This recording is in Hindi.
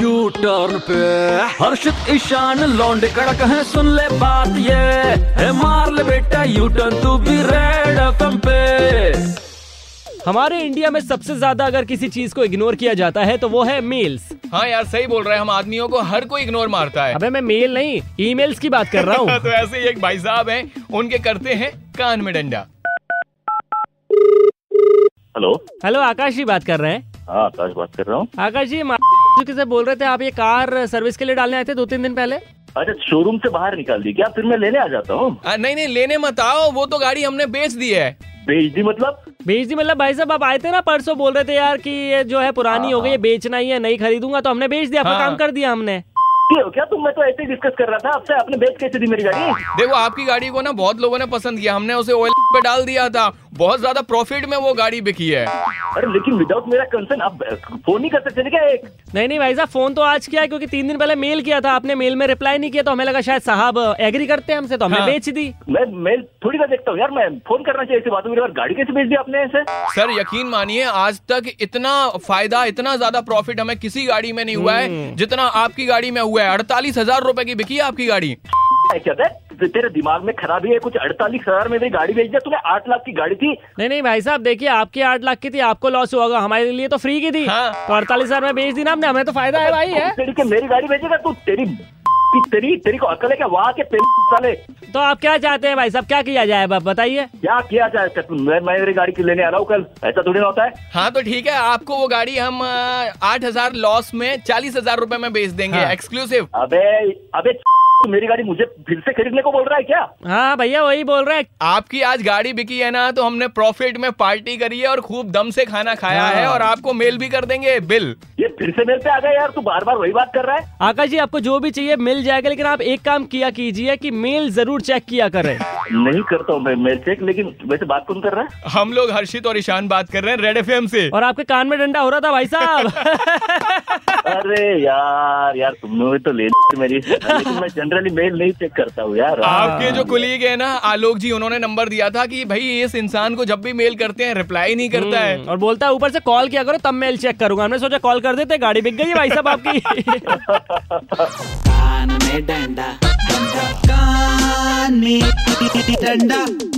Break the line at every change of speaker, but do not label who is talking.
यू टर्न पे हर्षित ईशान लौंडे कड़क है सुन ले बात ये है मार ले बेटा यू टर्न तू भी रेड एफएम पे
हमारे इंडिया में सबसे ज्यादा अगर किसी चीज को इग्नोर किया जाता है तो वो है मेल्स
हाँ यार सही बोल रहे हैं हम आदमियों को हर कोई इग्नोर मारता है
अबे मैं मेल नहीं ईमेल्स की बात कर रहा हूँ
तो ऐसे ही एक भाई साहब हैं उनके करते हैं कान में डंडा
हेलो
हेलो आकाश जी बात कर रहे हैं
हाँ आकाश बात कर रहा हूँ
आकाश जी मा- किसे बोल रहे थे आप ये कार सर्विस के लिए डालने आए थे दो तीन दिन पहले
अच्छा शोरूम से बाहर निकाल दी क्या फिर मैं लेने आ जाता हूँ
आ, नहीं नहीं लेने मत आओ वो तो गाड़ी हमने बेच दी है
भेज दी मतलब
बेच दी मतलब भाई साहब आप आए थे ना परसों बोल रहे थे यार कि ये जो है पुरानी हो गई ये बेचना ही है नहीं खरीदूंगा तो हमने बेच दिया आपका
हाँ।
काम कर दिया हमने
ये हो क्या तुम मैं तो ऐसे ही डिस्कस कर रहा था आपसे आपने बेच कैसे दी मेरी गाड़ी
देखो आपकी गाड़ी को ना बहुत लोगों ने पसंद किया हमने उसे ऑयल पे डाल दिया था बहुत ज्यादा प्रॉफिट में वो गाड़ी बिकी है
अरे लेकिन विदाउट मेरा कंसर्न आप फोन नहीं कर सकते थे क्या एक
नहीं नहीं भाई साहब फोन तो आज किया है क्योंकि तीन दिन पहले मेल किया था आपने मेल में रिप्लाई नहीं किया तो हमें लगा शायद साहब एग्री करते हैं हमसे तो हमने
हाँ।
बेच दी
मैं मेल थोड़ी ना देखता हूँ यार मैं फोन करना चाहिए ऐसी बात मेरे बार गाड़ी कैसे बेच दी आपने ऐसे
सर यकीन मानिए आज तक इतना फायदा इतना ज्यादा प्रॉफिट हमें किसी गाड़ी में नहीं हुआ है जितना आपकी गाड़ी में हुआ है अड़तालीस हजार रूपए की बिकी है आपकी गाड़ी
क्या कहता है ते- तेरे दिमाग में खराबी है कुछ अड़तालीस हजार में मेरी गाड़ी बेच दिया तूने आठ लाख की गाड़ी थी
नहीं नहीं भाई साहब देखिए आपकी आठ लाख की थी आपको लॉस हुआ होगा हमारे लिए तो फ्री की थी
हाँ।
तो अड़तालीस हजार में बेच दी ना हमने हमें तो फायदा है भाई है
तेरी के मेरी गाड़ी बेचेगा तू तेरी की- तेरी तेरी को अकल है क्या वहाँ के पेन साले
तो आप क्या चाहते हैं भाई साहब क्या किया जाए अब आप बताइए
क्या किया जाए क्या तू- मैं मैं मेरी गाड़ी की लेने आ रहा हूँ कल ऐसा थोड़ी ना होता है
हाँ तो ठीक है आपको वो गाड़ी हम आठ हजार लॉस में चालीस हजार रूपए में बेच देंगे
हाँ।
एक्सक्लूसिव
अबे अबे तू मेरी गाड़ी मुझे फिर से खरीदने को बोल रहा है क्या
हाँ भैया वही बोल रहे हैं
आपकी आज गाड़ी बिकी है ना तो हमने प्रॉफिट में पार्टी करी है और खूब दम से खाना खाया
हाँ।
है और आपको मेल भी कर देंगे बिल
ये फिर से मेरे पे आ गया यार तू बार बार वही बात कर रहा है
आकाश जी आपको जो भी चाहिए मिल जाएगा लेकिन आप एक काम किया कीजिए कि मेल जरूर चेक किया करें
नहीं करता हूँ मैं मेल चेक लेकिन वैसे बात कौन कर रहा है
हम लोग हर्षित और ईशान बात कर रहे हैं रेड एफ से
और आपके कान में डंडा हो रहा था भाई साहब
अरे यार यार तुमने तो ले ली मेरी लेकिन मैं जनरली मेल नहीं चेक करता हूँ यार
हाँ।
आपके जो कुलीग है ना आलोक जी उन्होंने नंबर दिया था कि भाई इस इंसान को जब भी मेल करते हैं रिप्लाई नहीं करता है
और बोलता है ऊपर से कॉल किया करो तब मेल चेक करूंगा हमने सोचा कॉल कर देते गाड़ी बिक गई है भाई साहब आपकी
कान में डंडा डंडा कान में डंडा